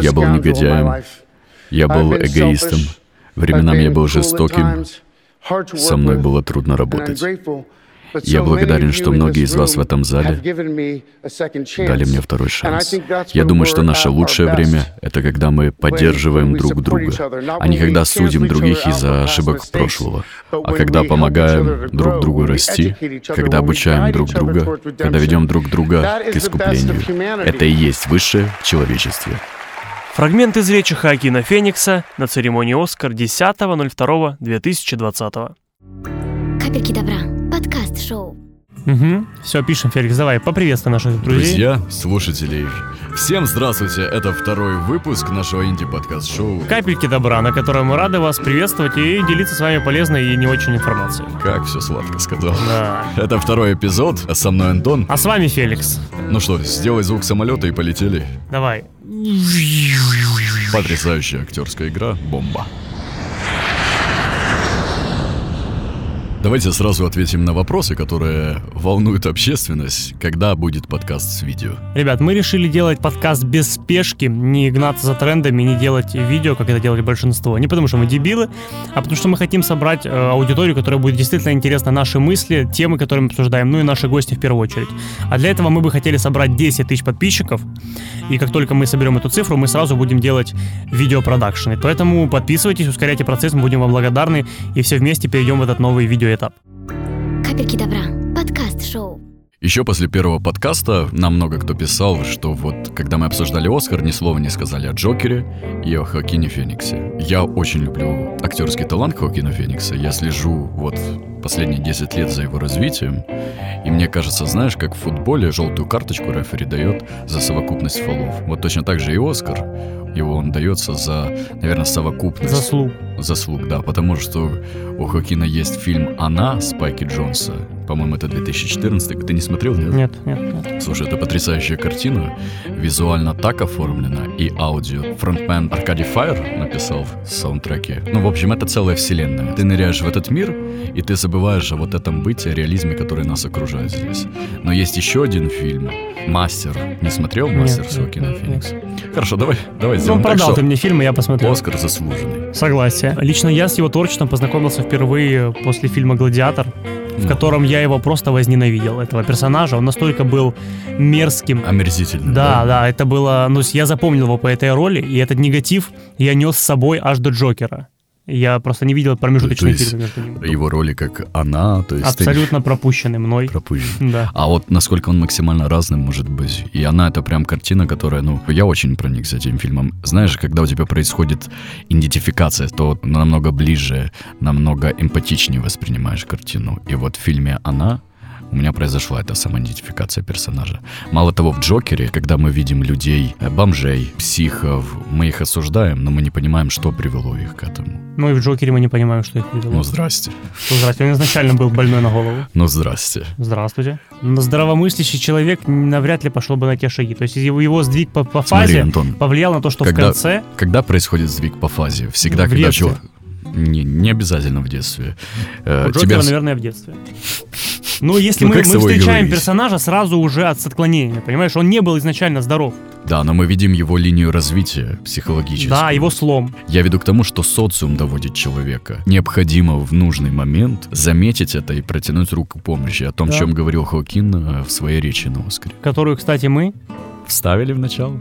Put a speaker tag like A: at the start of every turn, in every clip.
A: Я был негодяем. Я был эгоистом. Временами я был жестоким. Со мной было трудно работать. Я благодарен, что многие из вас в этом зале дали мне второй шанс. Я думаю, что наше лучшее время — это когда мы поддерживаем друг друга, а не когда судим других из-за ошибок прошлого, а когда помогаем друг другу расти, когда обучаем друг друга, когда ведем друг друга к искуплению. Это и есть высшее в человечестве.
B: Фрагмент из речи Хакина Феникса на церемонии «Оскар» 10.02.2020.
C: Капельки добра. Подкаст-шоу.
D: Угу. Все, пишем, Феликс, давай, поприветствуй наших друзей.
E: Друзья, слушателей, всем здравствуйте, это второй выпуск нашего инди-подкаст-шоу.
D: Капельки добра, на котором мы рады вас приветствовать и делиться с вами полезной и не очень информацией.
E: Как все сладко сказал.
D: Да.
E: Это второй эпизод, со мной Антон.
D: А с вами Феликс.
E: Ну что, сделай звук самолета и полетели.
D: Давай.
E: Потрясающая актерская игра, бомба. Давайте сразу ответим на вопросы, которые волнуют общественность, когда будет подкаст с видео.
D: Ребят, мы решили делать подкаст без спешки, не гнаться за трендами, не делать видео, как это делали большинство. Не потому что мы дебилы, а потому что мы хотим собрать э, аудиторию, которая будет действительно интересна наши мысли, темы, которые мы обсуждаем, ну и наши гости в первую очередь. А для этого мы бы хотели собрать 10 тысяч подписчиков, и как только мы соберем эту цифру, мы сразу будем делать видеопродакшн. И поэтому подписывайтесь, ускоряйте процесс, мы будем вам благодарны, и все вместе перейдем в этот новый видеоэтап.
C: Капельки добра. Подкаст-шоу.
E: Еще после первого подкаста нам много кто писал, что вот когда мы обсуждали Оскар, ни слова не сказали о Джокере и о Хоакине Фениксе. Я очень люблю актерский талант Хоакина Феникса. Я слежу вот последние 10 лет за его развитием. И мне кажется, знаешь, как в футболе желтую карточку рефери дает за совокупность фолов. Вот точно так же и Оскар. Его он дается за, наверное, совокупность.
D: Заслуг.
E: Заслуг, да. Потому что у Хокина есть фильм «Она» Спайки Джонса. По-моему, это 2014. Ты не смотрел, нет?
D: Нет, нет, нет.
E: Слушай, это потрясающая картина. Визуально так оформлена и аудио. Фронтмен Аркадий Файер написал в саундтреке. Ну, в общем, это целая вселенная. Ты ныряешь в этот мир, и ты забываешь о вот этом быте, о реализме, который нас окружает здесь. Но есть еще один фильм. «Мастер». Не смотрел «Мастер»
D: Нет,
E: с
D: нет,
E: Хокином
D: нет,
E: Феникс? Хорошо, давай, давай
D: Ну,
E: сделаем так,
D: продал
E: что
D: ты мне фильм, и я посмотрел.
E: Оскар заслуженный.
D: Согласие. Лично я с его творчеством познакомился впервые после фильма «Гладиатор», в
E: Ну.
D: котором я его просто возненавидел, этого персонажа. Он настолько был мерзким.
E: Омерзительный.
D: Да, да, это было... Ну, с- я запомнил его по этой роли, и этот негатив я нес с собой аж до Джокера. Я просто не видел промежуточный
E: То есть
D: фильм между ними.
E: Его роли как «Она», то есть ты
D: Абсолютно пропущенный мной.
E: пропущен.
D: Да.
E: А вот насколько он максимально разным может быть. И она это прям картина, которая, ну, я очень проникся этим фильмом. Знаешь, когда у тебя происходит идентификация, то намного ближе, намного эмпатичнее воспринимаешь картину. И вот в фильме «Она» у меня произошла эта самоидентификация персонажа. Мало того, в «Джокере», когда мы видим людей, э, бомжей, психов, мы их осуждаем, но мы не понимаем, что привело их к этому.
D: Ну и в Джокере мы не понимаем, что их привело.
E: Ну, здрасте.
D: Ну, Здравствуйте, он изначально был больной на голову.
E: Ну, здрасте.
D: Здравствуйте. Но здравомыслящий человек навряд ли пошел бы на те шаги. То есть его, его сдвиг по, по
E: Смотри,
D: фазе
E: Антон.
D: повлиял на то, что
E: Когда-
D: в конце...
E: Когда происходит сдвиг по фазе? Всегда,
D: В
E: когда
D: детстве.
E: человек... Не, не обязательно в детстве. Э,
D: У Джокера,
E: тебя с-
D: наверное, в детстве. Ну, если
E: Ну,
D: мы,
E: как с
D: мы
E: тобой
D: встречаем
E: говорить?
D: персонажа сразу уже от, с отклонениями, понимаешь? Он не был изначально здоров.
E: Да, но мы видим его линию развития психологически.
D: Да, его слом.
E: Я веду к тому, что социум доводит человека. Необходимо в нужный момент заметить это и протянуть руку помощи. О том,
D: Да.
E: чем говорил Хокин э, в своей речи на Оскаре.
D: Которую, кстати, мы...
E: Вставили в начало.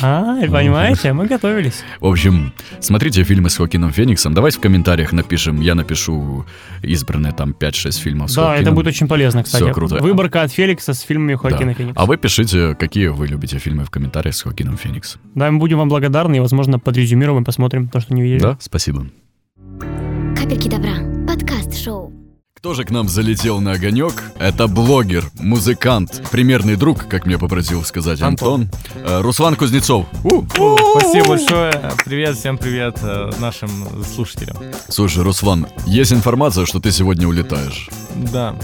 D: А, понимаете, мы готовились.
E: В общем, смотрите фильмы с Хокином Фениксом. Давайте в комментариях напишем. Я напишу избранные там 5-6 фильмов с
D: Да, это
E: Хоакином.
D: будет очень полезно, кстати.
E: Всё круто.
D: Выборка от Феликса с фильмами Хоакина
E: Да.
D: Феникса.
E: А вы пишите, какие вы любите фильмы в комментариях с Хокином Фениксом.
D: Да, мы будем вам благодарны и, возможно, подрезюмируем и посмотрим то, что не видели.
E: Да, спасибо.
C: Капельки добра. Подкаст-шоу.
E: Кто же к нам залетел на огонек? Это блогер, музыкант, примерный друг, как мне попросил сказать Антон. Э, Руслан Кузнецов. У!
F: Спасибо большое. Привет, всем привет э, нашим слушателям.
E: Слушай, Руслан, есть информация, что ты сегодня улетаешь.
F: Да.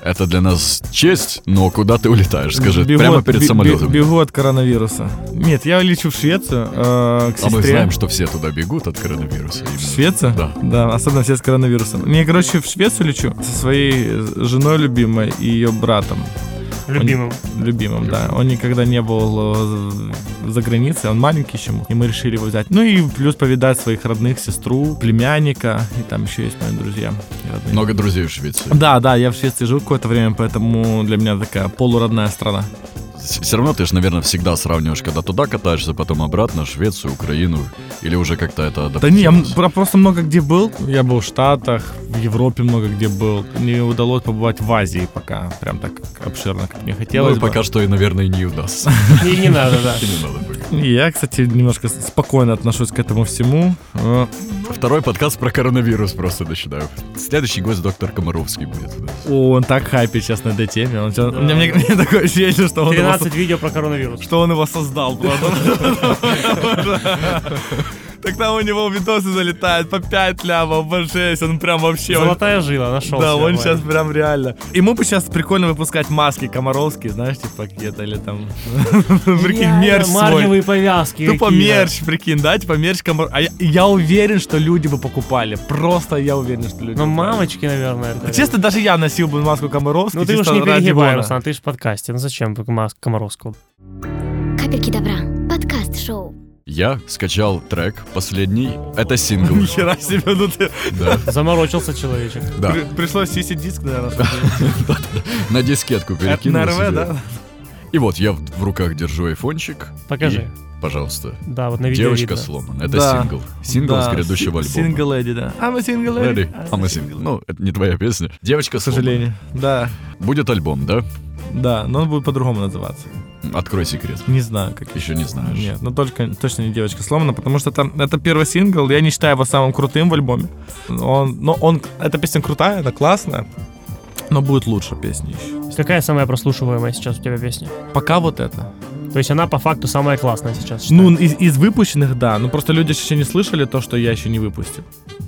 E: Это для нас честь, но куда ты улетаешь, скажи,
F: Бегу
E: прямо
F: от-
E: перед
F: бе-
E: самолетом.
F: бе- Бегу от коронавируса. Нет, я лечу в Швецию э, к
E: а мы
F: сестре.
E: знаем, что все туда бегут от коронавируса.
F: В Швецию?
E: Да.
F: Да, особенно все с коронавирусом. Не, короче, в Швецию лечу со своей женой любимой и ее братом.
D: Любимым.
F: Он, любимым, да. Он никогда не был э, за границей, он маленький еще был, и мы решили его взять. Ну и плюс повидать своих родных, сестру, племянника, и там еще есть мои друзья. и родные.
E: Много друзей в Швеции.
F: Да, да, я в Швеции жил какое-то время, поэтому для меня такая полуродная страна.
E: Все равно ты же, наверное, всегда сравниваешь, когда туда катаешься, потом обратно, Швецию, Украину, или уже как-то это
F: Да не, я м-
E: адаптировалось?
F: про- просто много где был. Я был в Штатах, в Европе много где был. Мне удалось побывать в Азии пока, прям так обширно, как мне
E: Ну,
F: хотелось
E: и
F: бы.
E: пока что и, наверное, не удастся.
D: И не надо, да.
E: И не надо пока.
F: Я, кстати, немножко спокойно отношусь к этому всему. Э,
E: Второй подкаст про коронавирус просто начинаю. Следующий гость доктор Комаровский будет.
F: О, он так хайпит сейчас на этой теме. Он сейчас- мне, мне- мне такое ощущение, что он, его,
D: 13 видео про коронавирус.
F: со- что он его создал. просто. Так там у него видосы залетают по 5 лямов, по 6. Он прям вообще... он-
D: Золотая жила, нашел.
F: Да,
D: себе
F: он
D: парня.
F: сейчас прям реально. Ему бы сейчас прикольно выпускать маски комаровские, знаешь, типа где-то или там... Прикинь,
D: Реально,
F: мерч свой.
D: Марлевые повязки.
F: Тупо
D: какие-то.
F: мерч, прикинь, да, типа мерч комар... А я, я уверен, что люди бы покупали. Просто я уверен, что люди
D: Ну,
F: покупали.
D: мамочки, наверное. это-
F: Честно, даже я носил бы маску Комаровски.
D: Ну ты уж
F: чисто
D: не
F: ради
D: перегибай,
F: Бона.
D: Руслан, ты же в подкасте. Ну зачем маску Комаровского?
C: Капельки добра. Подкаст шоу.
E: Я скачал трек последний. Это сингл.
F: Нихера себе, ну ты...
E: Да,
D: Заморочился человечек.
E: да.
F: При- Пришлось сисить диск, наверное, чтобы...
E: На дискетку
F: Это
E: перекинул
F: НРВ,
E: себе.
F: да?
E: И вот я в в руках держу айфончик.
D: Покажи.
E: И, пожалуйста.
D: Да, вот на видео
E: Девочка
D: видно.
E: сломана. Это
F: Да.
E: сингл. Сингл с
F: Да,
E: грядущего
F: си-
E: альбома.
F: Single Lady, да. I'm a single lady.
E: Ready?
D: А,
E: I'm a single. Ну, это не твоя песня. Девочка
F: К сожалению. Да,
E: сломана. Будет альбом, да?
F: да, но он будет по-другому называться.
E: Открой секрет.
F: Не знаю, как
E: Еще не знаешь.
F: Нет, ну только точно не девочка сломана, потому что там это первый сингл, я не считаю его самым крутым в альбоме. Он, но он, эта песня крутая, она классная, но будет лучше песни еще.
D: Какая самая прослушиваемая сейчас у тебя песня?
F: Пока вот это.
D: То есть она по факту самая классная сейчас.
F: Ну,
D: считается.
F: из, из выпущенных, да. Ну просто люди еще не слышали то, что я еще не выпустил.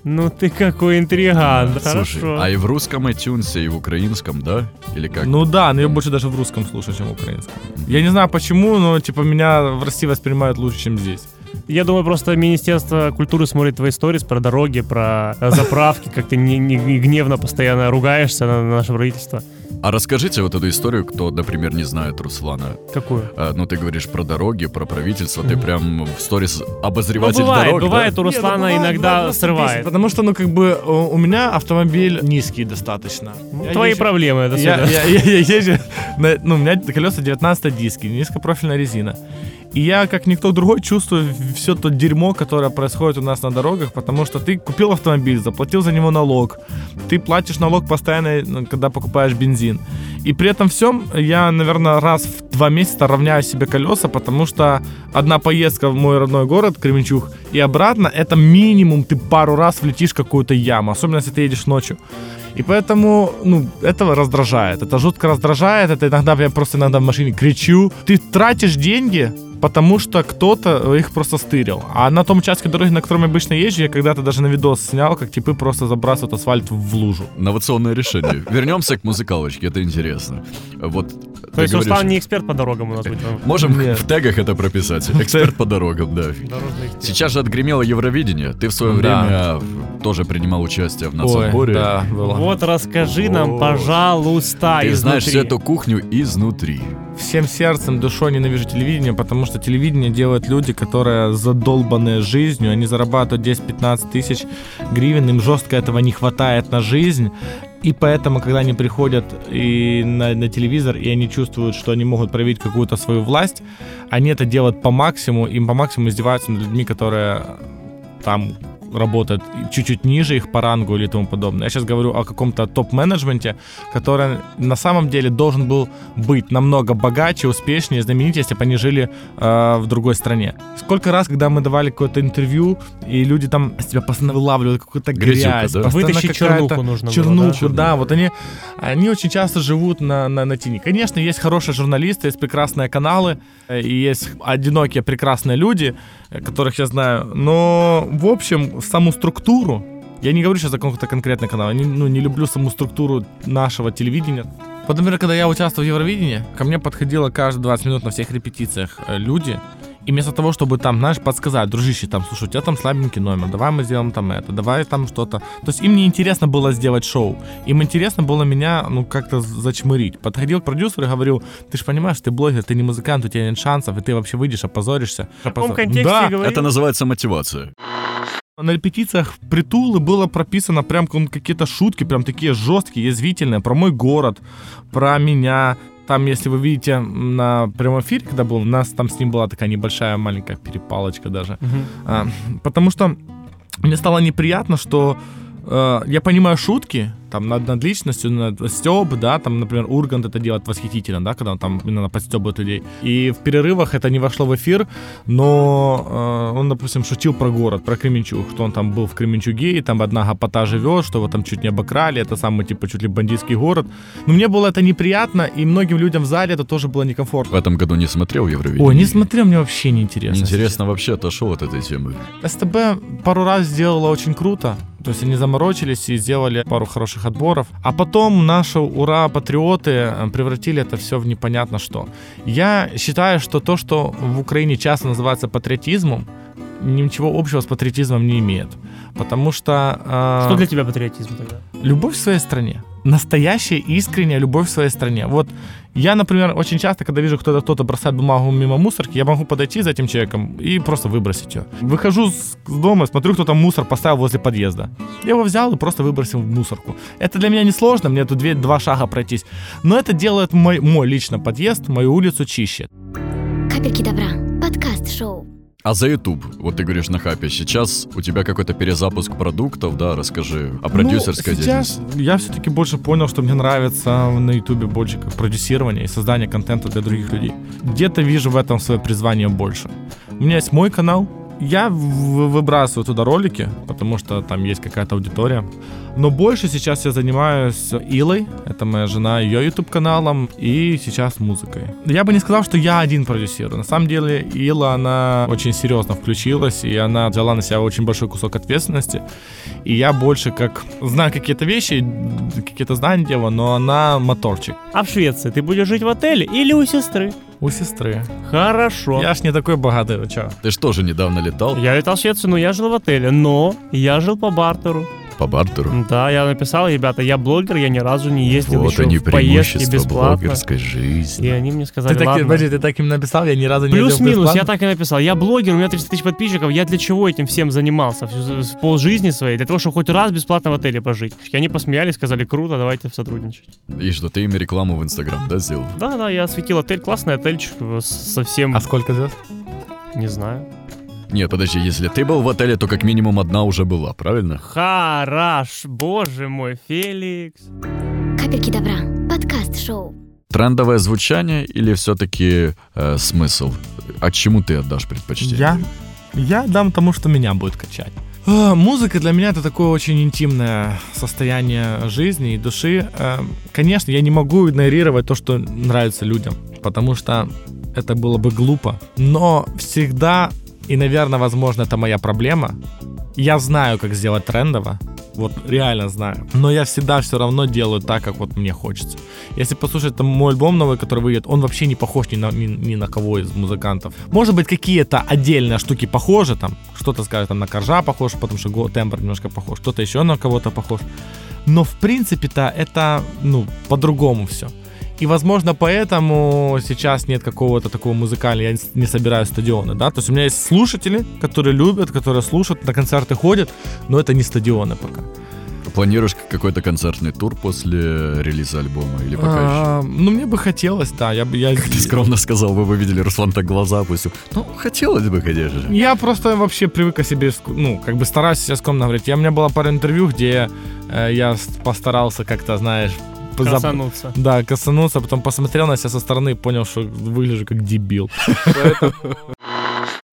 D: ну ты какой интригант.
E: Слушай,
D: Хорошо.
E: а и в русском iTunes, и в украинском, да? Или как?
F: Ну да, но я больше даже в русском слушаю, чем в украинском. Я не знаю почему, но типа меня в России воспринимают лучше, чем здесь.
D: Я думаю, просто Министерство культуры смотрит твои сторис про дороги, про э, заправки, как ты не, не- не гневно постоянно ругаешься на, на наше правительство.
E: А расскажите вот эту историю, кто, например, не знает Руслана.
D: Какую?
E: А, ну, ты говоришь про дороги, про правительство, ты прям в сторис обозреватель
D: Ну, бывает,
E: дорог, да?
D: бывает, у Руслана
F: Не, ну, бывает,
D: иногда
F: бывает просто песня,
D: срывает.
F: Потому что, ну, как бы, э, у меня автомобиль низкий достаточно. Я
D: Твои
F: езжу-
D: проблемы, до
F: Я,
D: свидания.
F: я, я- я езжу на- ну, у меня колеса 19 диски, низкопрофильная резина. И я, как никто другой, чувствую все то дерьмо, которое происходит у нас на дорогах, потому что ты купил автомобиль, заплатил за него налог, ты платишь налог постоянно, ну, когда покупаешь бензин. И при этом всем я, наверное, раз в два месяца равняю себе колеса, потому что одна поездка в мой родной город, Кременчуг, и обратно, это минимум ты пару раз влетишь в какую-то яму, особенно если ты едешь ночью. И поэтому, ну, этого раздражает. Это жутко раздражает. Это иногда я просто иногда в машине кричу. Ты тратишь деньги, потому что кто-то их просто стырил. А на том участке дороги, на котором я обычно езжу, я когда-то даже на видос снял, как типы просто забрасывают асфальт в лужу.
E: Инновационное решение. Вернемся к музыкалочке, это интересно. Вот
D: То
E: ты
D: есть
E: говоришь-
D: Руслан не эксперт по дорогам у нас будет. ну,
E: Можем
F: Нет.
E: в тегах это прописать. Эксперт по дорогам, да.
D: дорожный эксперт.
E: Сейчас же отгремело Евровидение. Ты в свое
F: Да.
E: время э, тоже принимал участие в нацотборе.
D: Вот расскажи нам,
E: Вот.
D: пожалуйста,
E: Ты знаешь всю
D: А изнутри.
E: эту кухню изнутри.
F: всем сердцем, душой ненавижу телевидение, потому что телевидение делают люди, которые задолбаны жизнью, они зарабатывают 10-15 тысяч гривен, им жестко этого не хватает на жизнь, и поэтому, когда они приходят и на, на телевизор, и они чувствуют, что они могут проявить какую-то свою власть, они это делают по максимуму, им по максимуму издеваются над людьми, которые там работают чуть-чуть ниже их по рангу или тому подобное. Я сейчас говорю о каком-то топ-менеджменте, который на самом деле должен был быть намного богаче, успешнее, знаменитее, если бы они жили э, в другой стране. Сколько раз, когда мы давали какое-то интервью, и люди там с тебя постоянно вылавливают какую-то
E: Грязюка,
F: грязь,
E: да?
F: постоянно
D: Вытащить
F: какая-то
D: чернуху нужно было,
F: чернуху,
D: да?
F: да, вот они, они очень часто живут на, на, на тени. Конечно, есть хорошие журналисты, есть прекрасные каналы, э, и есть одинокие прекрасные люди, э, которых я знаю, но, в общем, саму структуру, я не говорю сейчас о каком-то конкретном канале, я не, ну, не люблю саму структуру нашего телевидения, вот, например, когда я участвовал в Евровидении, ко мне подходило каждые 20 минут на всех репетициях э, люди И вместо того, чтобы там, знаешь, подсказать, дружище, там, слушай, у тебя там слабенький номер, давай мы сделаем там это, давай там что-то. То есть им не интересно было сделать шоу. Им интересно было меня, ну, как-то зачмырить. Подходил к продюсеру и говорил, ты же понимаешь, ты блогер, ты не музыкант, у тебя нет шансов, и ты вообще выйдешь, опозоришься.
B: В каком контексте
F: Да,
B: говорить?
E: Это называется мотивация.
F: На репетициях в притулы было прописано прям кон- какие-то шутки, прям такие жесткие, язвительные, про мой город, про меня. Там, если вы видите на прямом эфире, когда был, у нас там с ним была такая небольшая маленькая перепалочка даже. А, потому что мне стало неприятно, что э, я понимаю шутки, там, над, над личностью, над Стёб, да, там, например, Ургант это делает восхитительно, да, когда он там именно подстебывает людей. И в перерывах это не вошло в эфир, но э, он, допустим, шутил про город, про Кременчуг, что он там был в Кременчуге, и там одна гопота живет, что его там чуть не обокрали, это самый, типа, чуть ли бандитский город. Но мне было это неприятно, и многим людям в зале это тоже было некомфортно.
E: В этом году не смотрел Евровидение.
F: Ой, не смотрел, мне вообще не интересно.
E: Интересно вообще отошел от этой темы.
F: СТБ пару раз сделала очень круто. То есть они заморочились и сделали пару хороших отборов. А потом наши ура-патриоты э, превратили это все в непонятно что. Я считаю, что то, что в Украине часто называется патриотизмом, ничего общего с патриотизмом не имеет. Потому что... э,
D: Что для тебя патриотизм тогда?
F: любовь к своей стране. Настоящая, искренняя любовь к своей стране. Вот я, например, очень часто, когда вижу, кто-то кто-то бросает бумагу мимо мусорки, я могу подойти за этим человеком и просто выбросить ее. Выхожу с с дома, смотрю, кто там мусор поставил возле подъезда. Я его взял и просто выбросил в мусорку. Это для меня не сложно, мне тут две, два шага пройтись. Но это делает мой, мой лично подъезд, мою улицу чище.
C: Капельки добра. Подкаст-шоу.
E: А за YouTube, вот ты говоришь на хапе, сейчас у тебя какой-то перезапуск продуктов, да, расскажи о продюсерской
F: ну, сейчас
E: деятельности.
F: Я все-таки больше понял, что мне нравится на Ютубе больше как продюсирование и создание контента для других людей. Где-то вижу в этом свое призвание больше. У меня есть мой канал. Я в- выбрасываю туда ролики, потому что там есть какая-то аудитория. Но больше сейчас я занимаюсь Илой, это моя жена, ее YouTube каналом и сейчас музыкой. Я бы не сказал, что я один продюсирую. На самом деле Ила, она очень серьезно включилась, и она взяла на себя очень большой кусок ответственности. И я больше как знаю какие-то вещи, какие-то знания делаю, но она моторчик.
D: А в Швеции ты будешь жить в отеле или у сестры?
F: У сестры.
D: Хорошо.
F: Я ж не такой богатый, вы чё?
E: Ты что же недавно летал
D: Я летал в Швецию, но я жил в отеле, но я жил по бартеру.
E: по бартеру?
D: Да, я написал, ребята, я блогер, я ни разу не ездил
E: вот
D: еще
E: они
D: в поездки
E: преимущества
D: бесплатно.
E: блогерской жизни.
D: И они мне сказали,
F: Ты так,
D: ладно.
F: подожди, ты так им написал, я ни разу не ездил
D: Плюс-минус,
F: бесплатно?
D: я так и написал. Я блогер, у меня 30 тысяч подписчиков. Я для чего этим всем занимался? Всю с- полжизни своей, для того, чтобы хоть раз бесплатно в отеле пожить. И они посмеялись, сказали, круто, давайте сотрудничать.
E: И что, ты им рекламу в Инстаграм, да, сделал?
D: Да, да, я осветил отель, классный отельчик, э, с- совсем,
F: А сколько звезд?
D: не знаю.
E: Нет, подожди, если ты был в отеле, то как минимум одна уже была, правильно?
D: Хорош, боже мой, Феликс.
C: Капельки добра. Подкаст-шоу.
E: Трендовое звучание или все-таки смысл? А чему ты отдашь предпочтение?
F: Я? Я дам тому, что меня будет качать. Э, Музыка для меня это такое очень интимное состояние жизни и души. Э, Конечно, я не могу игнорировать то, что нравится людям, потому что это было бы глупо. Но всегда, и, наверное, возможно, это моя проблема, я знаю, как сделать трендово, вот реально знаю. Но я всегда все равно делаю так, как вот мне хочется. Если послушать там мой альбом новый, который выйдет, он вообще не похож ни на, ни, ни на кого из музыкантов. Может быть, какие-то отдельные штуки похожи, там, что-то скажет, там, на Коржа похож, потому что го- тембр немножко похож, что-то еще на кого-то похож. Но, в принципе-то, это, ну, по-другому все. И, возможно, поэтому сейчас нет какого-то такого музыкального, я не с- не собираю стадионы, да, то есть у меня есть слушатели, которые любят, которые слушают, на концерты ходят, но это не стадионы пока.
E: Планируешь какой-то концертный тур после э, релиза альбома или пока еще?
F: А, ну, мне бы хотелось, да, я бы... Я...
E: Ты скромно сказал, вы бы видели, Руслан так глаза опустил. Ну, хотелось бы, конечно же.
F: Я просто вообще привык о себе, ск- ну, как бы стараюсь сейчас скромно говорить. Я, у меня было пару интервью, где э, я с- постарался как-то, знаешь... позаб-
D: Красануться.
F: Да, косануться, потом посмотрел на себя со стороны и понял, что выгляжу как дебил.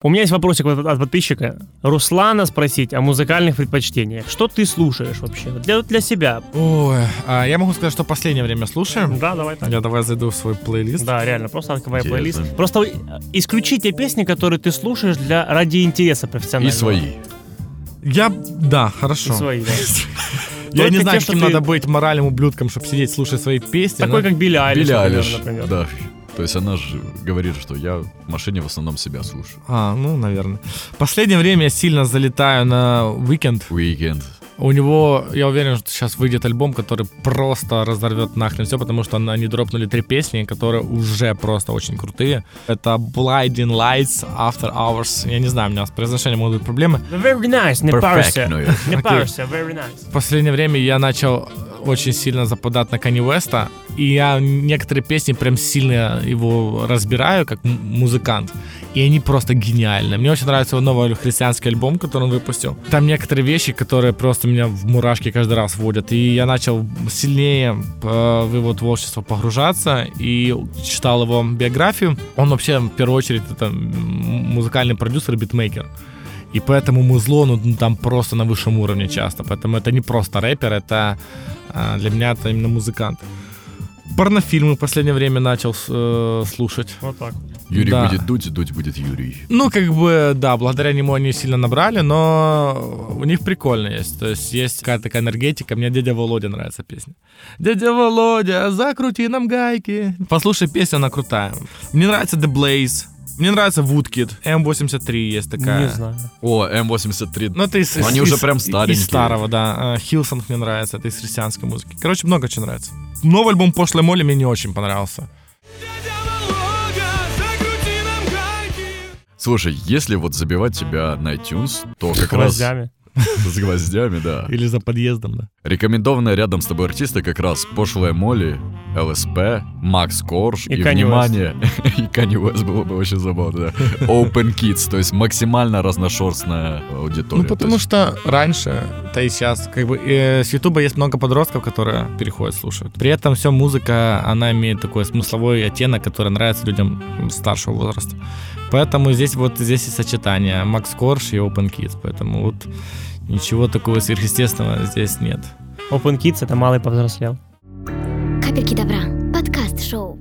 D: У меня есть вопросик вот от подписчика. Руслана спросить о музыкальных предпочтениях. Что ты слушаешь вообще? Вот Для, для себя.
F: Ой, а я могу сказать, что последнее время слушаю.
D: Да, давай так.
F: Я давай зайду в свой плейлист.
D: Да, реально, просто открывай
E: Интересно.
D: плейлист. Просто э, исключи те песни, которые ты слушаешь для ради интереса
E: И
D: профессионального.
E: свои.
F: Я, да,
D: И
F: хорошо.
D: свои, да.
F: Я не
D: Только
F: знаю,
D: те, что
F: каким
D: ты-
F: надо быть моральным ублюдком, чтобы сидеть слушать свои песни.
D: Такой,
F: но-
D: как Билли Айлиш,
E: Билли
D: например,
E: Алиш,
D: например.
E: да. То есть она же говорит, что я в машине в основном себя слушаю.
F: А, ну, наверное. В последнее время я сильно залетаю на Weekend.
E: Weekend.
F: У него, я уверен, что сейчас выйдет альбом, который просто разорвет нахрен все, потому что они дропнули три песни, которые уже просто очень крутые. Это Blinding Lights, After Hours. Я не знаю, у меня с произношением могут быть проблемы.
B: Very nice, не парься.
E: Perfectную.
B: Не
F: Окей.
B: парься, very nice.
F: В последнее время я начал очень сильно западать на Кани Уэста, и я некоторые песни прям сильно его разбираю как м- музыкант, и они просто гениальны. Мне очень нравится его новый христианский альбом, который он выпустил. Там некоторые вещи, которые просто меня в мурашки каждый раз вводят, и я начал сильнее э, в его творчество погружаться, и читал его биографию. Он вообще, в первую очередь, это м, музыкальный продюсер, и битмейкер. И поэтому музло, ну, ну, там просто на высшем уровне часто. Поэтому это не просто рэпер, это а, для меня это именно музыкант. Порнофильмы в последнее время начал э, слушать.
D: Вот так.
E: Юрий
F: Да.
E: будет дуть, дуть будет Юрий.
F: Ну, как бы, да, благодаря нему они сильно набрали, но у них прикольно есть. То есть есть какая-то такая энергетика. Мне дядя Володя нравится песня. Дядя Володя, закрути нам гайки. Послушай песню, она крутая. Мне нравится The Blaze. Мне нравится Woodkid. М83 есть такая.
D: Не знаю.
E: О, М83.
F: Ну, это из,
E: Но они
F: из-
E: уже
F: из-
E: прям старенькие.
F: Из старого, да. Хилсон мне нравится, это из христианской музыки. Короче, много чего нравится. Новый альбом Пошлой Молли мне не очень понравился.
E: Слушай, если вот забивать тебя на iTunes, то как раз
D: Гвоздями.
E: с гвоздями, да.
F: Или за подъездом, да.
E: Рекомендованные рядом с тобой артисты как раз Пошлая Молли, ЛСП, Макс Корж
D: И
E: и,
D: Kanye
E: внимание, и Kanye West было бы вообще забавно, да. Open Kids, то есть максимально разношерстная аудитория.
F: Ну, потому что раньше, да и сейчас, как бы э, с Ютуба есть много подростков, которые переходят, слушают. При этом все музыка, она имеет такой смысловой оттенок, который нравится людям м, старшего возраста. Поэтому здесь вот здесь и сочетание Макс Корж и Open Kids. Поэтому вот ничего такого сверхъестественного здесь нет.
D: Open Kids это малый повзрослел.
C: Капельки добра. Подкаст шоу.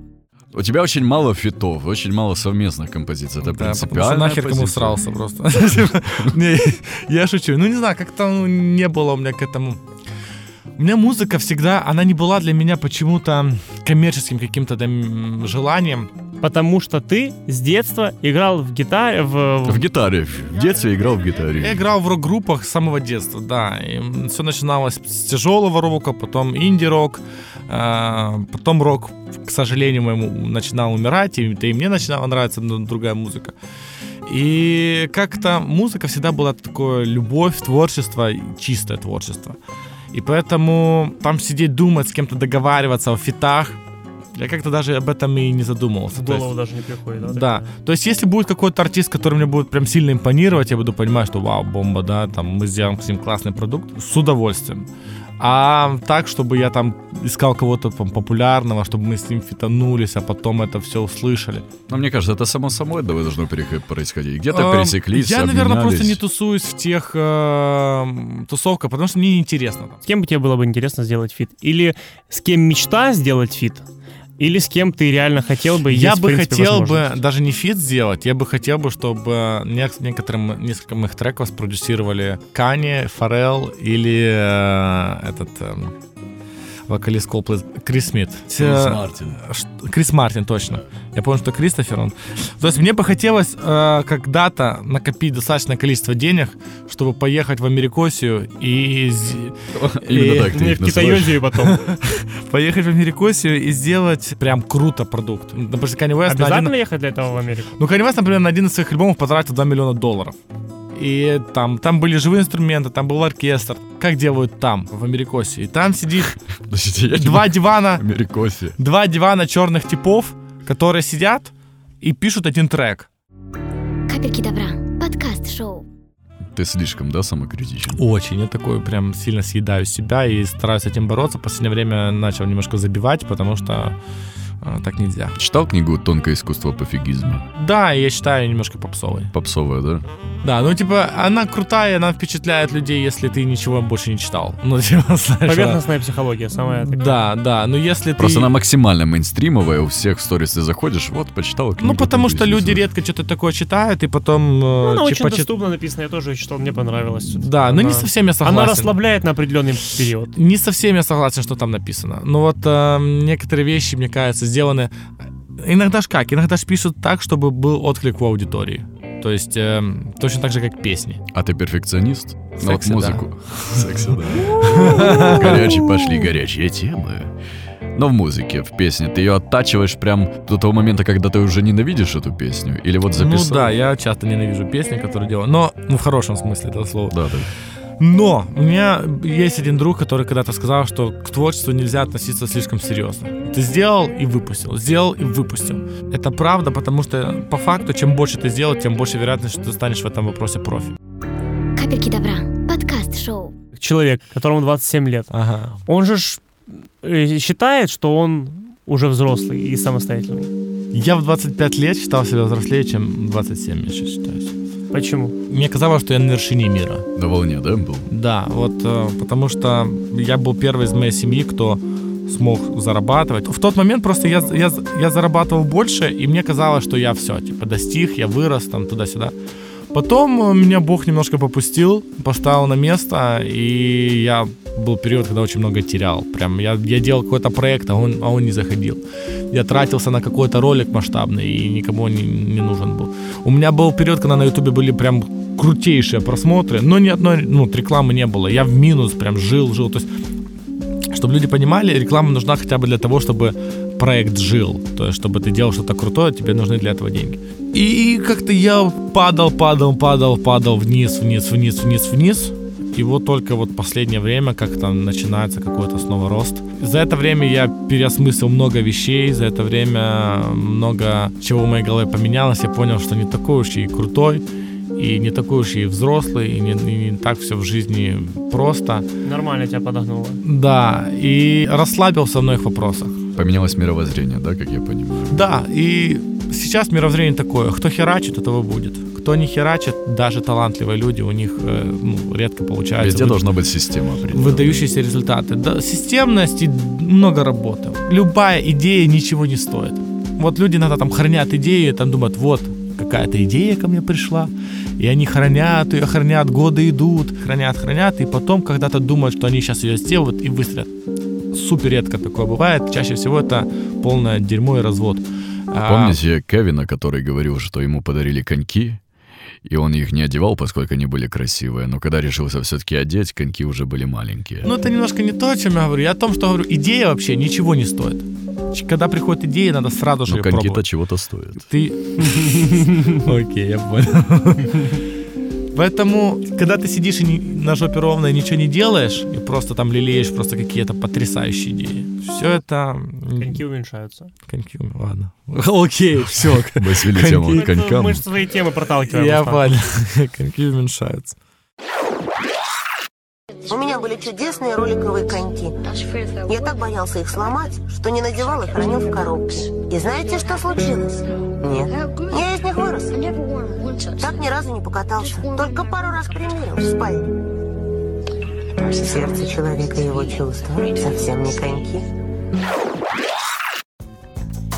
E: У тебя очень мало фитов, очень мало совместных композиций. Это
F: Да, потому что
E: принципиально.
F: нахер кому всрался просто. Не, Я шучу. Ну, не знаю, как-то ну, не было у меня к этому... У меня музыка всегда, она не была для меня почему-то коммерческим каким-то да, м, желанием.
D: Потому что ты с детства играл в гитаре, в,
E: В гитаре. В детстве играл в
F: Я
E: гитаре.
F: играл в рок-группах с самого детства, да. И все начиналось с тяжелого рока, потом инди-рок, а, потом рок, к сожалению, моему начинал умирать, и, да и мне начинала нравиться д- другая музыка. И как-то музыка всегда была такое любовь, творчество, и чистое творчество. И поэтому там сидеть, думать, с кем-то договариваться о фитах, я как-то даже об этом и не задумывался.
D: в
F: То есть-
D: голову даже не приходит. Да.
F: да,
D: такое?
F: то есть если будет какой-то артист, который мне будет прям сильно импонировать, я буду понимать, что вау, бомба, да, там мы сделаем с ним классный продукт, с удовольствием. А так, чтобы я там искал кого-то там популярного, чтобы мы с ним фитанулись, а потом это все услышали.
E: Но мне кажется, это само собой должно пере- происходить. Где-то
F: Эм,
E: пересеклись,
F: Я, наверное, просто не
E: обменялись.
F: тусуюсь в тех эм, тусовках, потому что мне неинтересно. там.
D: С кем бы тебе было бы интересно сделать фит? Или с кем мечта сделать фит? Или с кем ты реально хотел бы? и
F: Я
D: есть, в
F: бы
D: принципе,
F: хотел бы
D: возможность?
F: даже не фит сделать, я бы хотел бы, чтобы нек- некоторым, несколько моих треков спродюсировали Кани, Форел или э, этот эм, вокалист Coldplay Крис Смит.
E: Крис
F: Э,
E: Мартин.
F: Ш- Крис Мартин, точно. Я помню, что Кристофер он. То есть мне бы хотелось э, когда-то накопить достаточное количество денег, чтобы поехать в Америкосию и з-
E: Именно
F: э,
E: так ты
D: Мы
E: их
D: в
E: называешь.
D: Китаёзе и потом.
F: поехать в Америкосию и сделать прям круто продукт. Потому что Kanye West на один-
D: Обязательно ехать для этого в Америку?
F: Ну, Kanye West, например, на один из своих альбомов потратил 2 миллиона долларов. И там, там были живые инструменты, там был оркестр. Как делают там, в Америкосе. И там сидит
E: Подождите, я не
F: два дивана,
E: Америкосе.
F: два дивана черных типов, которые сидят и пишут один трек.
C: Капельки добра. Подкаст шоу.
E: Ты слишком, да, самокритичен?
F: Очень. Я такой прям сильно съедаю себя и стараюсь с этим бороться. В последнее время начал немножко забивать, потому что э, так нельзя.
E: Читал книгу «Тонкое искусство пофигизма»?
F: Да, я считаю немножко попсовой.
E: Попсовая, да?
F: Да, ну типа она крутая, она впечатляет людей, если ты ничего больше не читал. Ну типа, знаешь, она-
D: Поверхностная психология самая такая.
F: Да, да, но если ты...
E: Просто она максимально мейнстримовая, у всех в сторис ты заходишь, вот, почитал книгу.
F: Ну, потому что люди
E: пофигизма.
F: редко что-то такое читают, и потом...
D: Ну,
F: э,
D: Она
F: чи-
D: очень
F: почит-
D: доступно написана, я тоже её читал, мне понравилось. всё-таки.
F: Да, но не
D: Она-
F: со всеми я согласен.
D: Она расслабляет на определенный период.
F: Не со всеми я согласен, что там написано. Но вот э, некоторые вещи, мне кажется, сделаны... Иногда ж как, иногда ж пишут так, чтобы был отклик у аудитории. То есть э, точно так же, как песни.
E: А ты перфекционист?
F: В
E: Ну, вот
F: сексе,
E: музыку. В сексе, да. Горячие пошли, горячие темы. Но в музыке, в песне, ты ее оттачиваешь прям до того момента, когда ты уже ненавидишь эту песню? Или вот записал?
F: Ну да, я часто ненавижу песни, которые делаю. Но, ну, в хорошем смысле этого слова.
E: Да, да.
F: Но у меня есть один друг, который когда-то сказал, что к творчеству нельзя относиться слишком серьезно. Ты сделал и выпустил, сделал и выпустил. Это правда, потому что по факту, чем больше ты сделал, тем больше вероятность, что ты станешь в этом вопросе профи.
C: Капельки добра. Подкаст шоу.
D: Человек, которому 27 лет.
F: Ага.
D: Он же ж, э, считает, что он уже взрослый и самостоятельный.
F: Я в 25 лет считал себя взрослее, чем в 27, я сейчас считаю.
D: Почему?
F: Мне казалось, что я на вершине мира.
E: На волне, да, был?
F: Да, вот э, потому что я был первый из моей семьи, кто смог зарабатывать. В тот момент просто я, я, я зарабатывал больше, и мне казалось, что я все, типа, достиг, я вырос, там, туда-сюда. Потом э, меня Бог немножко попустил, поставил на место, и я был период, когда очень много терял. Прям я, я делал какой-то проект, а он, а он не заходил. Я тратился на какой-то ролик масштабный, и никому он не, не нужен был. У меня был период, когда на Ютубе были прям крутейшие просмотры, но ни одной ну, рекламы не было. Я в минус прям жил, жил. То есть чтобы люди понимали, реклама нужна хотя бы для того, чтобы проект жил. То есть, чтобы ты делал что-то крутое, тебе нужны для этого деньги. И как-то я падал, падал, падал, падал вниз, вниз, вниз, вниз, вниз. И вот только вот последнее время как-то начинается какой-то снова рост. За это время я переосмыслил много вещей, за это время много чего в моей голове поменялось. Я понял, что не такой уж и крутой, и не такой уж и взрослый, и не, и не так все в жизни просто.
D: Нормально тебя подогнуло.
F: Да, и расслабился в многих вопросах.
E: Поменялось мировоззрение, да, как я понимаю?
F: Да, и сейчас мировоззрение такое, кто херачит, этого будет. Кто не херачит, даже талантливые люди, у них э, ну, редко получается.
E: Везде
F: выд-
E: должна быть система определенная.
F: выдающиеся результаты. Да, системность и много работы. Любая идея ничего не стоит. Вот люди иногда там хранят идеи, там думают, вот какая-то идея ко мне пришла, и они хранят, ее хранят, годы идут, хранят, хранят, и потом когда-то думают, что они сейчас ее сделают и выстрелят. Супер редко такое бывает, чаще всего это полное дерьмо и развод. А,
E: Помните Кевина, который говорил, что ему подарили коньки, и он их не одевал, поскольку они были красивые, но когда решился все-таки одеть, коньки уже были маленькие.
F: Ну, это немножко не то, о чем я говорю. Я о том, что говорю, идея вообще ничего не стоит. Ч- Когда приходит идея, надо сразу же
E: но
F: ее
E: коньки-то
F: пробовать.
E: чего-то стоят.
F: Ты... Окей, я понял. Поэтому, когда ты сидишь и не- на жопе ровно и ничего не делаешь, и просто там лелеешь просто какие-то потрясающие идеи, все это... м,
D: Коньки уменьшаются.
F: Коньки, ладно. Окей, все.
E: Мы свели тему
F: Коньки.
E: к конькам.
D: Мы же свои темы проталкиваем.
F: Я
D: Руслан.
F: понял. Коньки уменьшаются.
G: У меня были чудесные роликовые коньки. Я так боялся их сломать, что не надевал и хранил в коробке. И знаете, что случилось? Нет. Я из них вырос. Так ни разу не покатался. Только пару раз примерил в спальне. Сердце человека и его чувства совсем не коньки.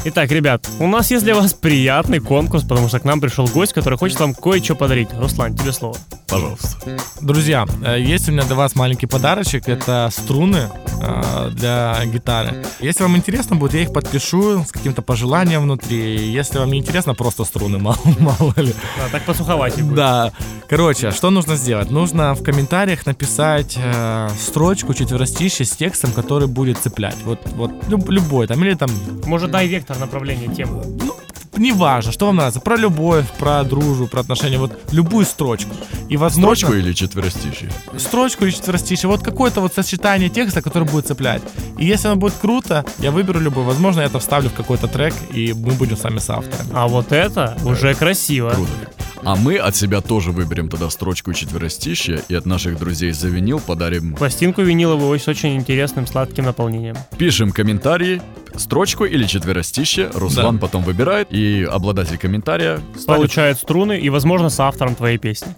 D: Итак, ребят, у нас есть для вас приятный конкурс, потому что к нам пришел гость, который хочет вам кое-что подарить. Руслан, тебе слово.
E: Пожалуйста.
F: Друзья, э, есть у меня для вас маленький подарочек. Это струны э, для гитары. Если вам интересно будет, я их подпишу с каким-то пожеланием внутри. Если вам не интересно, просто струны, мало, мало ли.
D: Да, так посуховать будет.
F: Да. Короче, а что нужно сделать? Нужно в комментариях написать э, строчку четверостище с текстом, который будет цеплять. Вот, вот люб- любой там или там
D: Может, дай вектор направления темы.
F: неважно, что вам нравится, про любовь, про дружбу, про отношения, вот любую строчку. И возможно
E: Строчку или четверостище?
F: строчку или четверостишие, вот какое-то вот сочетание текста, которое будет цеплять. И если оно будет круто, я выберу любой, возможно, я это вставлю в какой-то трек, и мы будем сами с авторами.
D: А вот это уже красиво.
E: Круто. А мы от себя тоже выберем тогда строчку четверостища и от наших друзей завинил подарим.
D: Пластинку виниловую с очень интересным сладким наполнением.
E: Пишем комментарии, строчку или четверостище. Руслан потом выбирает, и обладатель комментария станет...
D: Получает струны и, возможно, с автором твоей песни.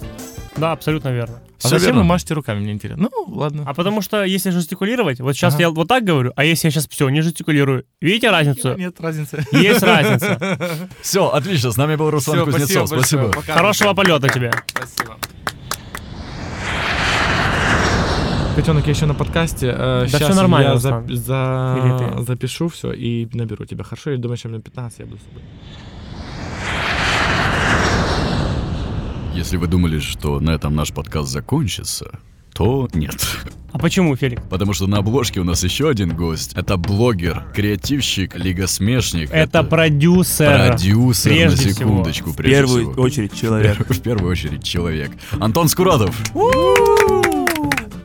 D: Да, абсолютно верно.
F: А
E: Всё
F: зачем
E: верно.
F: вы машете руками, мне интересно? Ну, ладно.
D: А потому что если жестикулировать, вот сейчас я вот так говорю, а если я сейчас все не жестикулирую, видите разницу?
F: Нет разницы.
D: Есть разница.
E: Все, отлично, с нами был Руслан
F: Всё,
E: Кузнецов.
F: большое.
E: Спасибо.
F: Пока.
D: Хорошего полета тебе.
F: Спасибо. котенок, я еще на подкасте. Э,
D: Да
F: щас
D: всё нормально,
F: Я за,
D: Руслан.
F: за-
D: Или ты?
F: запишу все и наберу тебя. Хорошо, я думаю, чем на 15 я буду с тобой.
E: Если вы думали, что на этом наш подкаст закончится, то нет.
D: А почему, Фелик?
E: Потому что на обложке у нас еще один гость. Это блогер, креативщик, лигосмешник.
D: Это продюсер.
E: продюсер, на
D: прежде всего.
E: секундочку.
B: В
E: прежде
B: первую
E: всего.
B: очередь человек.
E: В первую очередь человек. Антон Скуратов.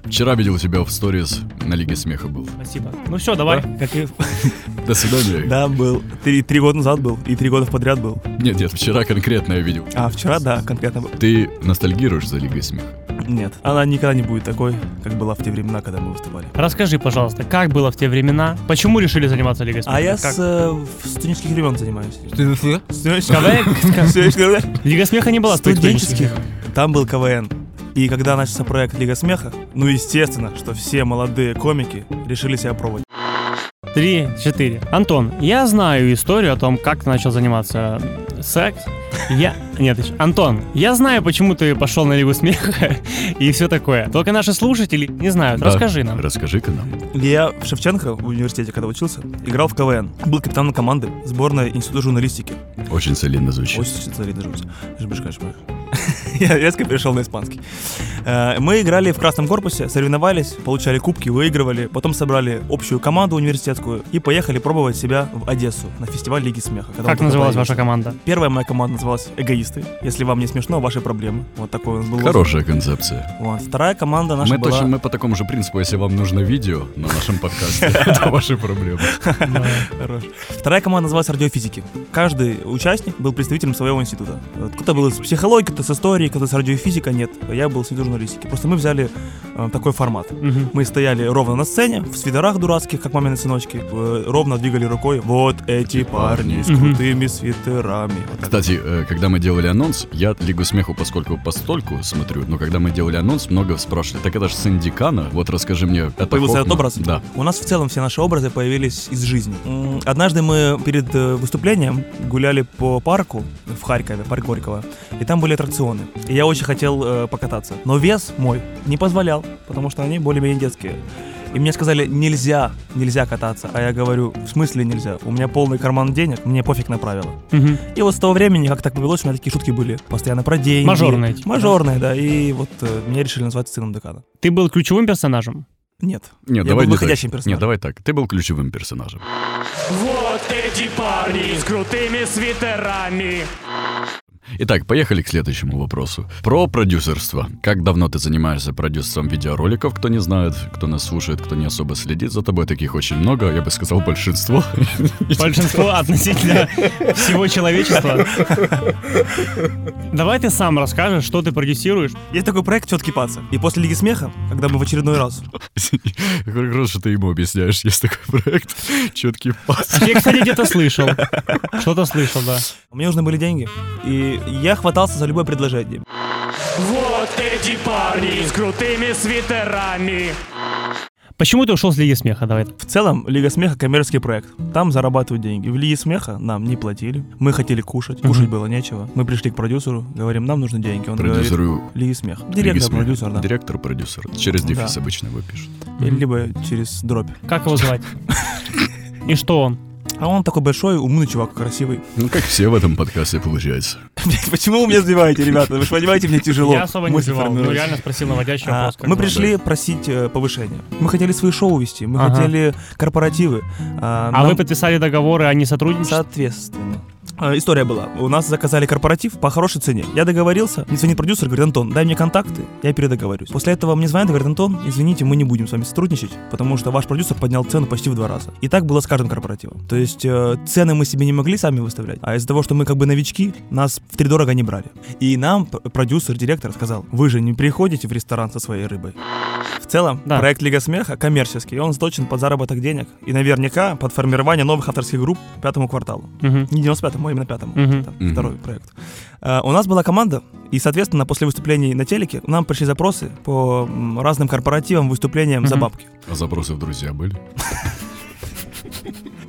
E: Вчера видел тебя в сторис на Лиге Смеха был.
D: Спасибо. Ну все, давай. Как и-
E: До свидания.
H: Да, был. Три, три года назад был. И три года подряд был.
E: Нет, нет, вчера конкретно я видел.
H: А вчера, да, конкретно был.
E: Ты ностальгируешь за Лигой Смеха?
H: Нет. Она никогда не будет такой, как была в те времена, когда мы выступали.
D: Расскажи, пожалуйста, как было в те времена? Почему решили заниматься Лигой Смеха?
H: А я
D: Как?
H: с э, в студенческих времен занимаюсь. Студенческих
D: КВН? Лига Смеха не была
H: Студенческих. Там был КВН. И когда начался проект Лига Смеха, ну естественно, что все молодые комики решили себя пробовать.
D: Три, четыре. Антон, я знаю историю о том, как ты начал заниматься э, секс. Я... Нет, еще. Антон, я знаю, почему ты пошел на Лигу Смеха и все такое. Только наши слушатели не знают.
E: Да.
D: Расскажи нам.
E: Расскажи-ка нам.
H: Я в Шевченко в университете, когда учился, играл в КВН. Был капитаном команды сборной Института журналистики.
E: Очень солидно звучит.
H: Очень сильно солидно живете. Жбыш, конечно, мы. Я резко перешел на испанский. Э, Мы играли в красном корпусе, соревновались, получали кубки, выигрывали, потом собрали общую команду университетскую и поехали пробовать себя в Одессу на фестиваль Лиги Смеха. когда он
D: Как
H: только
D: называлась ваша
H: появился.
D: команда?
H: Первая моя команда называлась «Эгоисты». Если вам не смешно, ваши проблемы. Вот такой у нас был
E: Хорошая концепция.
H: лозунг. Вот. Вторая команда наша
E: Мы
H: была...
E: точно мы по такому же принципу, если вам нужно видео на нашем подкасте, это ваши проблемы.
H: Хорош. Вторая команда называлась «Радиофизики». Каждый участник был представителем своего института. Вот Кто-то был из психологии, кто-то с истории, кто-то с радиофизика, нет. Я был с института журналистики. Просто мы взяли э, такой формат.
D: Мгм.
H: Мы стояли ровно на сцене, в свитерах дурацких, как мамины сыночки, э, ровно двигали рукой. Вот эти парни с
D: Мгм.
H: крутыми свитерами. Вот так.
E: Кстати, э, когда мы делали анонс, я Лигу Смеху поскольку постольку смотрю, но когда мы делали анонс, много спрашивали, так это же сын декана, вот расскажи мне, это
H: Появился этот
E: Хоффман?»
H: образ?
E: Да.
H: У нас в целом все наши образы появились из жизни. М, Однажды мы перед э, выступлением гуляли по парку в Харькове, парк Горького, и там были аттракционы. И я очень хотел э, покататься. Но вес мой не позволял, потому что они более-менее детские. И мне сказали, нельзя, нельзя кататься. А я говорю, в смысле нельзя? У меня полный карман денег, мне пофиг на правила.
D: Мгм.
H: И вот с того времени, как так повелось, у меня такие шутки были постоянно про деньги.
D: Мажорные типа, да?
H: Мажорные, да. И вот э, меня решили назвать сыном декана.
D: Ты был ключевым персонажем?
H: Нет.
E: Нет,
H: Я
E: давай не
H: был
E: так.
H: выходящим персонажем.
E: Нет, давай так. Ты был ключевым персонажем.
B: Вот эти парни с крутыми свитерами.
E: Итак, поехали к следующему вопросу. Про продюсерство. Как давно ты занимаешься продюсерством видеороликов? Кто не знает, кто нас слушает, кто не особо следит, за тобой таких очень много, я бы сказал большинство.
D: Большинство относительно всего человечества. Давай ты сам расскажешь, что ты продюсируешь.
H: Есть такой проект «Четкий паца». И после Лиги Смеха, когда мы в очередной раз...
E: Как раз, что ты ему объясняешь, есть такой проект. Четкий пас.
D: А Я, кстати, где-то слышал. Что-то слышал, да.
H: Мне нужны были деньги, и я хватался за любое предложение.
B: Вот эти парни с крутыми свитерами.
D: Почему ты ушел с Лиги Смеха? Давай.
H: В целом, Лига Смеха — коммерческий проект. Там зарабатывают деньги. В Лиге Смеха нам не платили. Мы хотели кушать. Кушать было нечего. Мы пришли к продюсеру, говорим, нам нужны деньги. Он говорит,
E: Продюсеру
H: Лиги Смеха.
E: Лиги
H: Директор,
E: Смеха.
H: продюсер, да.
E: Директор, продюсер. Через дефис
H: Да.
E: обычно его пишут.
H: Либо через дробь.
D: Как его звать? И что он?
H: А он такой большой, умный чувак, красивый.
E: Ну, как все в этом подкасте получается.
H: Почему вы меня сбиваете, ребята? Вы же понимаете, мне тяжело.
D: Я особо не
H: Мысли
D: звал, ну
H: формировать.
D: реально спросил наводящий
H: А,
D: вопрос. как
H: мы
D: бы.
H: пришли просить э, повышения. Мы хотели свои шоу вести, мы
D: Ага.
H: хотели корпоративы. А,
D: А
H: нам-
D: вы подписали договоры о несотрудничестве?
H: Соответственно. А, История была. У нас заказали корпоратив по хорошей цене. Я договорился. Мне звонит продюсер, говорит, Антон, дай мне контакты, я передоговорюсь. После этого мне звонят, и говорят, Антон, извините, мы не будем с вами сотрудничать, потому что ваш продюсер поднял цену почти в два раза. И так было с каждым корпоративом. То есть э, цены мы себе не могли сами выставлять, а из-за того, что мы как бы новички, нас в дорого не брали. И нам п- продюсер, директор сказал, вы же не приходите в ресторан со своей рыбой. В целом,
D: Да.
H: проект Лига Смеха коммерческий, и он заточен под заработок денег и наверняка под формирование новых авторских групп пятому кварталу.
D: Мгм.
H: Не 95-му, а именно пятому.
D: Мгм.
H: Там
E: Мгм.
H: Второй проект. А, у нас была команда, и, соответственно, после выступлений на телеке нам пришли запросы по м, разным корпоративам, выступлениям за
D: Мгм.
H: бабки.
E: А запросы в друзья были?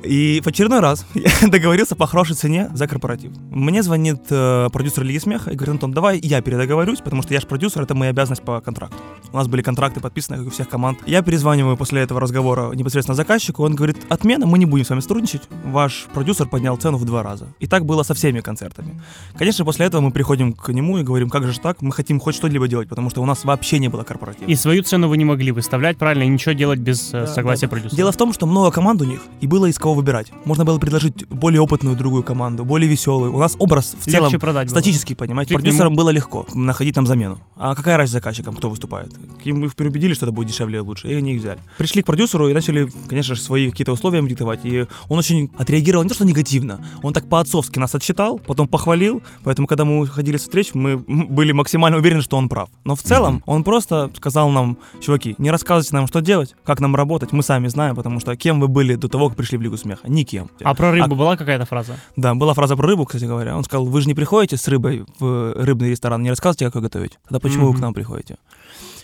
H: И в очередной раз я договорился по хорошей цене за корпоратив. Мне звонит э, продюсер Лиги Смеха и говорит, Антон, давай я передоговорюсь, потому что я же продюсер, это моя обязанность по контракту. У нас были контракты подписаны, как и у всех команд. Я перезваниваю после этого разговора непосредственно заказчику, он говорит, отмена, мы не будем с вами сотрудничать, ваш продюсер поднял цену в два раза. И так было со всеми концертами. Конечно, после этого мы приходим к нему и говорим, как же ж так, мы хотим хоть что-либо делать, потому что у нас вообще не было корпоратива.
D: И свою цену вы не могли выставлять, правильно, и ничего делать без э,
H: Да,
D: согласия
H: да.
D: продюсера.
H: Дело в том, что много команд у них, и было из кого выбирать. Можно было предложить более опытную другую команду, более веселую. У нас образ в
D: Легче
H: целом
D: продать было.
H: статический, понимаете?
D: Ты к
H: Продюсерам было легко находить нам замену. А какая разница заказчикам, кто выступает? К Им их переубедили, что это будет дешевле и лучше, и они их взяли. Пришли к продюсеру и начали, конечно же, свои какие-то условия им диктовать. И он очень отреагировал не то, что негативно, он так по-отцовски нас отсчитал, потом похвалил. Поэтому, когда мы ходили с встреч, мы были максимально уверены, что он прав. Но в целом он просто сказал нам, чуваки, не рассказывайте нам, что делать, как нам работать, мы сами знаем, потому что кем вы были до того, как пришли в Лигу Смеха? Никем.
D: А про рыбу была какая-то фраза?
H: Да, была фраза про рыбу, кстати говоря. Он сказал, вы же не приходите с рыбой в э, рыбный ресторан, не рассказывайте, как ее готовить. Тогда почему вы
D: Мгм.
H: к нам приходите?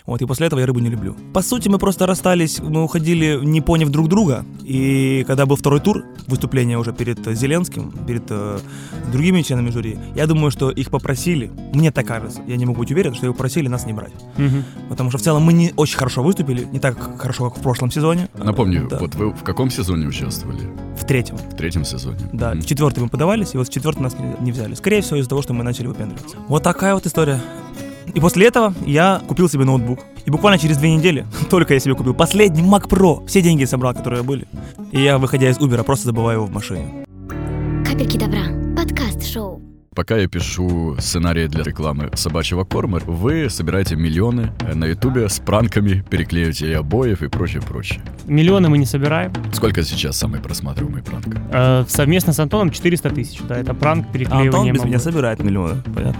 H: Вот, и после этого я рыбу не люблю. По сути, мы просто расстались, мы уходили, не поняв друг друга. И когда был второй тур, выступление уже перед э, Зеленским, перед э, другими членами жюри, я думаю, что их попросили, мне так кажется, я не могу быть уверен, что их попросили нас не брать.
D: Мгм.
H: Потому что в целом мы не очень хорошо выступили, не так хорошо, как в прошлом сезоне.
E: Напомню,
H: Да.
E: вот вы в каком сезоне участвовали?
H: В третьем.
E: В третьем сезоне.
H: Да,
E: Мгм.
H: в четвертый мы подавались, и вот в четвертый нас не- не взяли. Скорее всего, из-за того, что мы начали выпендриваться. Вот такая вот история. И после этого я купил себе ноутбук. И буквально через две недели, только я себе купил последний Mac Pro, все деньги собрал, которые были. И я, выходя из Uber, просто забываю его в машине.
C: Капельки добра. Подкаст-шоу.
E: Пока я пишу сценарии для рекламы собачьего корма, вы собираете миллионы э, на ютубе с пранками, переклеиваете и обоев и прочее, прочее.
D: Миллионы мы не собираем.
E: Сколько сейчас самый просматриваемый пранк?
D: Э, совместно с Антоном 400 тысяч. Да, это пранк,
H: А
D: переклеивание.
H: Антон без
D: бабла.
H: меня собирает миллионы, понятно?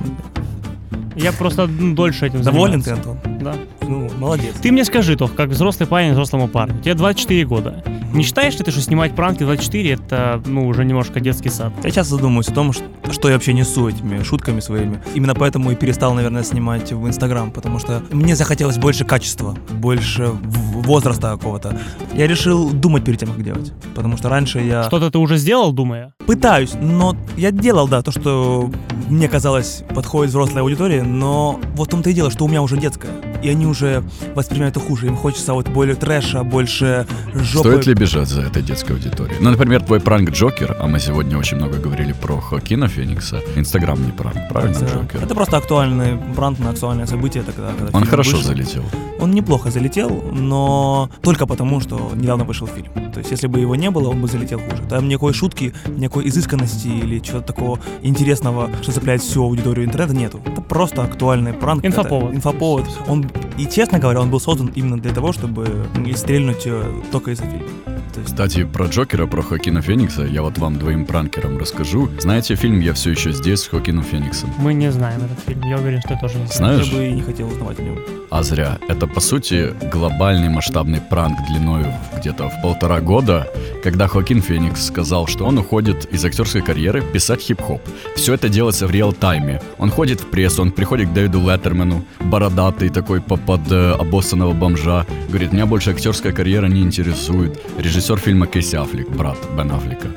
D: Я просто м, дольше этим
H: Доволен ты,
D: занимаюсь.
H: Антон?
D: Да.
H: Ну, молодец.
D: Ты мне скажи, Тох, как взрослый парень взрослому парню. Тебе 24 года. Не считаешь ли ты, что снимать пранки в 24 это, ну, уже немножко детский сад?
H: Я часто задумываюсь о том, ш- что я вообще несу этими шутками своими. Именно поэтому и перестал, наверное, снимать в Инстаграм, потому что мне захотелось больше качества, больше в- возраста какого-то. Я решил думать перед тем, как делать, потому что раньше я
D: Что-то ты уже сделал, думая?
H: пытаюсь, но я делал, да, то, что мне казалось подходит взрослой аудитории, но вот в том-то и дело, что у меня уже детская, и они уже воспринимают это хуже, им хочется вот более трэша, больше жопы.
E: Стоит ли бежать за этой детской аудиторией? Ну, например, твой пранк Джокер, а мы сегодня очень много говорили про Хокина Феникса. Инстаграм не пранк, правильно,
H: Да.
E: Джокер?
H: Это просто актуальный бранд на актуальное событие тогда, когда
E: Он
H: фильм
E: хорошо
H: вышел.
E: залетел.
H: Он неплохо залетел, но только потому, что недавно вышел фильм. То есть, если бы его не было, он бы залетел хуже. Там никакой шутки, никакой изысканности или чего-то такого интересного, что цепляет всю аудиторию интернета, нету. Это просто актуальный пранк.
D: Инфоповод.
H: Это инфоповод. Он, и честно говоря, он был создан именно для того, чтобы м, стрельнуть э, только из-за фильма. То есть,
E: Кстати, про Джокера, про Хокина Феникса я вот вам двоим пранкерам расскажу. Знаете фильм «Я все еще здесь» с Хокином Фениксом?
D: Мы не знаем этот фильм. Я уверен, что я тоже не знаю.
E: Знаешь?
H: я бы и не хотел узнавать о нем.
E: А зря. Это, по сути, глобальный масштабный пранк длиной в- где-то в полтора года, когда Хоакин Феникс сказал, что он уходит из актерской карьеры писать хип-хоп. Все это делается в реал-тайме. Он ходит в прессу, он приходит к Дэвиду Леттерману, бородатый такой по- под э, обоссанного бомжа. Говорит, меня больше актерская карьера не интересует. Режиссер фильма Кейси Аффлек, брат Бен Аффлека.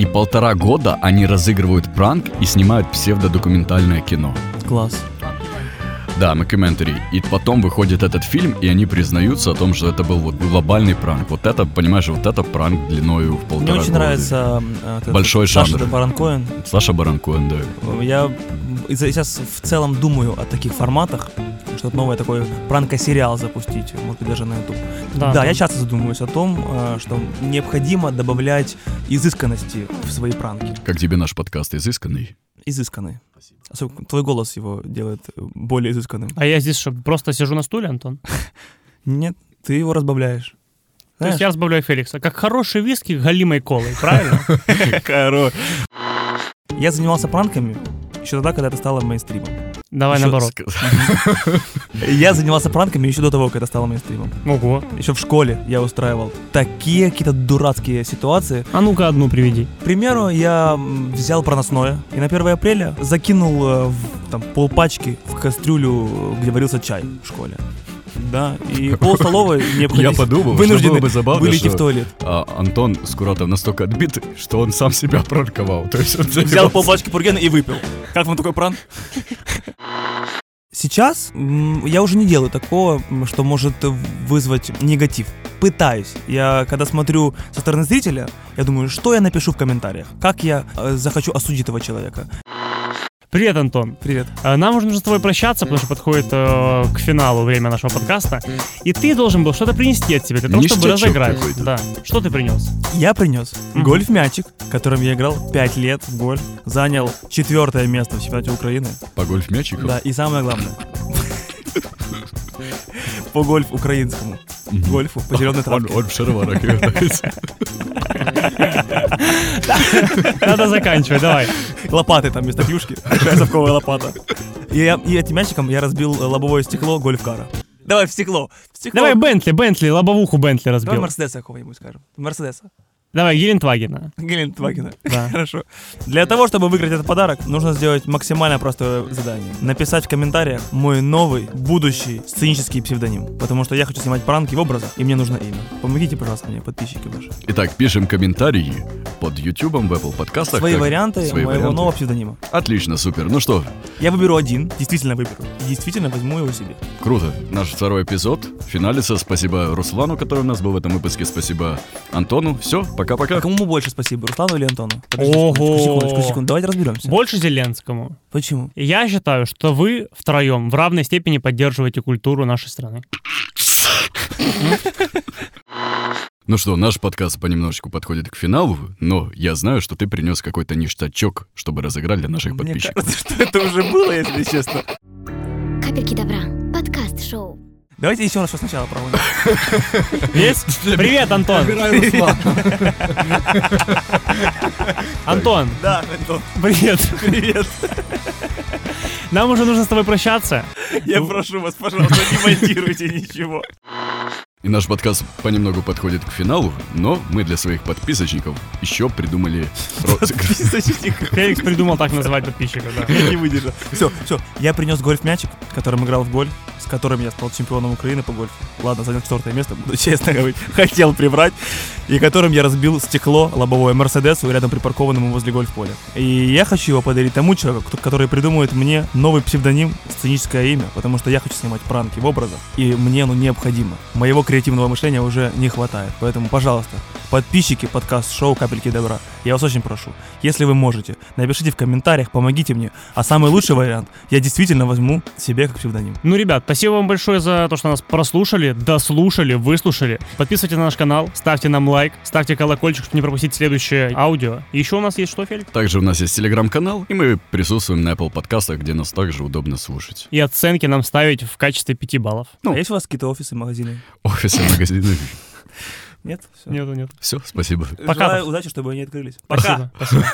E: И полтора года они разыгрывают пранк и снимают псевдодокументальное кино.
H: Класс.
E: Да, Макюментари. И потом выходит этот фильм, и они признаются о том, что это был вот глобальный пранк. Вот это, понимаешь, вот это пранк длиною в полтора
H: Мне очень
E: года.
H: нравится э, вот этот
E: Большой
H: Саша
E: жанр.
H: Баранкоин.
E: Саша Баранкоин, да.
H: Я сейчас в целом думаю о таких форматах, что новое такой пранкосериал запустить, может быть, даже на YouTube. Да, я часто задумываюсь о том, э, что необходимо добавлять изысканности в свои пранки.
E: Как тебе наш подкаст изысканный?
H: Изысканные. Особенно твой голос его делает э, более изысканным.
D: А я здесь что, просто сижу на стуле, Антон?
H: Нет, ты его разбавляешь.
D: То есть
H: Знаешь,
D: я разбавляю Феликса. Как хороший виски голимой колой, правильно?
H: я занимался пранками еще тогда, когда это стало мейнстримом.
D: Давай
H: Ещё
D: наоборот.
H: Я занимался пранками еще до того, как это стало мейнстримом.
D: Ого.
H: Еще в школе я устраивал такие какие-то дурацкие ситуации,
D: А ну-ка одну приведи.
H: К примеру, я м, взял проносное и на 1 апреля закинул э, в, там, полпачки в кастрюлю, э, где варился чай в школе. да. И пол столовой мне
E: Я подумал, что
H: вынуждены
E: было бы забавно,
H: вылететь
E: что-
H: в туалет.
E: А Антон Скуратов настолько отбит, что он сам себя прорковал. То есть он
H: Взял полбачки пургена и выпил. Как вам такой пран? Сейчас м, я уже не делаю такого, м, что может вызвать негатив. Пытаюсь. Я когда смотрю со стороны зрителя, я думаю, что я напишу в комментариях, как я э, захочу осудить этого человека.
D: Привет, Антон.
H: Привет.
D: Э, Нам уже нужно с тобой прощаться, потому что подходит э, к финалу время нашего подкаста. И ты должен был что-то принести от себя для того, чтобы
E: Ништячок
D: разыграть.
E: какой-то.
D: Да. Что ты принес?
H: Я принес
D: Мгм.
H: гольф-мячик, которым я играл 5 лет в гольф. Занял четвертое место в чемпионате Украины.
E: По гольф-мячику?
H: Да, и самое главное. По гольф украинскому. Гольфу, по зеленой
E: Он,
H: травке.
E: он в шароварах играет.
D: Надо заканчивать, давай.
H: Лопаты там вместо клюшки. Такая совковая лопата. И, я- и этим мячиком я разбил э, лобовое стекло гольф-кара. Давай в стекло. В стекло.
D: Давай Бентли, Бентли, лобовуху Бентли
H: Давай
D: разбил.
H: Мерседеса какого-нибудь скажем. Мерседеса.
D: Давай Гелендвагена.
H: Гелендвагена.
D: Да.
H: Хорошо. Для того, чтобы выиграть этот подарок, нужно сделать максимально простое задание. Написать в комментариях мой новый, будущий сценический псевдоним. Потому что я хочу снимать пранки в образах, и мне нужно имя. Помогите, пожалуйста, мне, подписчики ваши.
E: Итак, пишем комментарии под ютубом, в Apple подкастах.
H: Свои
E: как-
H: варианты
E: свои
H: моего
E: варианты.
H: нового псевдонима.
E: Отлично, супер. Ну что,
H: Я выберу один, действительно выберу. И действительно возьму его себе.
E: Круто. Наш второй эпизод финалится. Спасибо Руслану, который у нас был в этом выпуске. Спасибо Антону. Все,
H: А
E: пока-пока.
H: кому больше спасибо, Руслану или Антону?
D: Ого.
H: секундочку, секундочку, секундочку. Давайте разберемся.
D: Больше Зеленскому.
H: Почему?
D: Я считаю, что вы втроем в равной степени поддерживаете культуру нашей страны.
E: Ну что, наш подкаст понемножечку подходит к финалу, но я знаю, что ты принес какой-то ништячок, чтобы разыграть для наших
H: Мне
E: подписчиков.
H: кажется, что это уже было, если честно.
C: Капельки добра. Подкаст-шоу.
H: Давайте еще раз всё сначала проводим.
D: Есть? Привет, Антон. Антон,
H: Да, Антон,
D: привет.
H: привет.
D: Нам уже нужно с тобой прощаться.
H: Я прошу вас, пожалуйста, не монтируйте ничего.
E: И наш подкаст понемногу подходит к финалу, но мы для своих подписочников еще придумали розыгрыш.
D: Феликс придумал так называть подписчиков, да.
H: Я не выдержал. Все, все. Я принес гольф-мячик, которым играл в гольф, с которым я стал чемпионом Украины по гольфу. Ладно, занял четвертое место, буду честно говорить. Хотел прибрать. И которым я разбил стекло лобовое Мерседесу рядом припаркованному возле гольф-поля. И я хочу его подарить тому человеку, кто- который придумает мне новый псевдоним, сценическое имя, потому что я хочу снимать пранки в образах, и мне оно необходимо. Моего креативного мышления уже не хватает. Поэтому, пожалуйста, подписчики подкаст-шоу «Капельки добра», я вас очень прошу, если вы можете, напишите в комментариях, помогите мне. А самый лучший вариант я действительно возьму себе как псевдоним.
D: Ну, ребят, спасибо вам большое за то, что нас прослушали, дослушали, выслушали. Подписывайтесь на наш канал, ставьте нам лайк, ставьте колокольчик, чтобы не пропустить следующее аудио. И еще у нас есть что, Феликс?
E: Также у нас есть телеграм-канал, и мы присутствуем на Apple подкастах, где нас также удобно слушать.
D: И оценки нам ставить в качестве 5 баллов.
H: А есть у вас какие-то офисы, магазины?
E: Офисы, магазины.
H: Нет? Все.
D: Нету, нет.
E: Все, спасибо.
D: Пока.
H: Желаю удачи, чтобы они открылись.
D: Спасибо. Спасибо.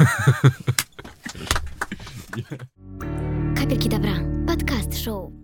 C: Капельки добра. Подкаст-шоу.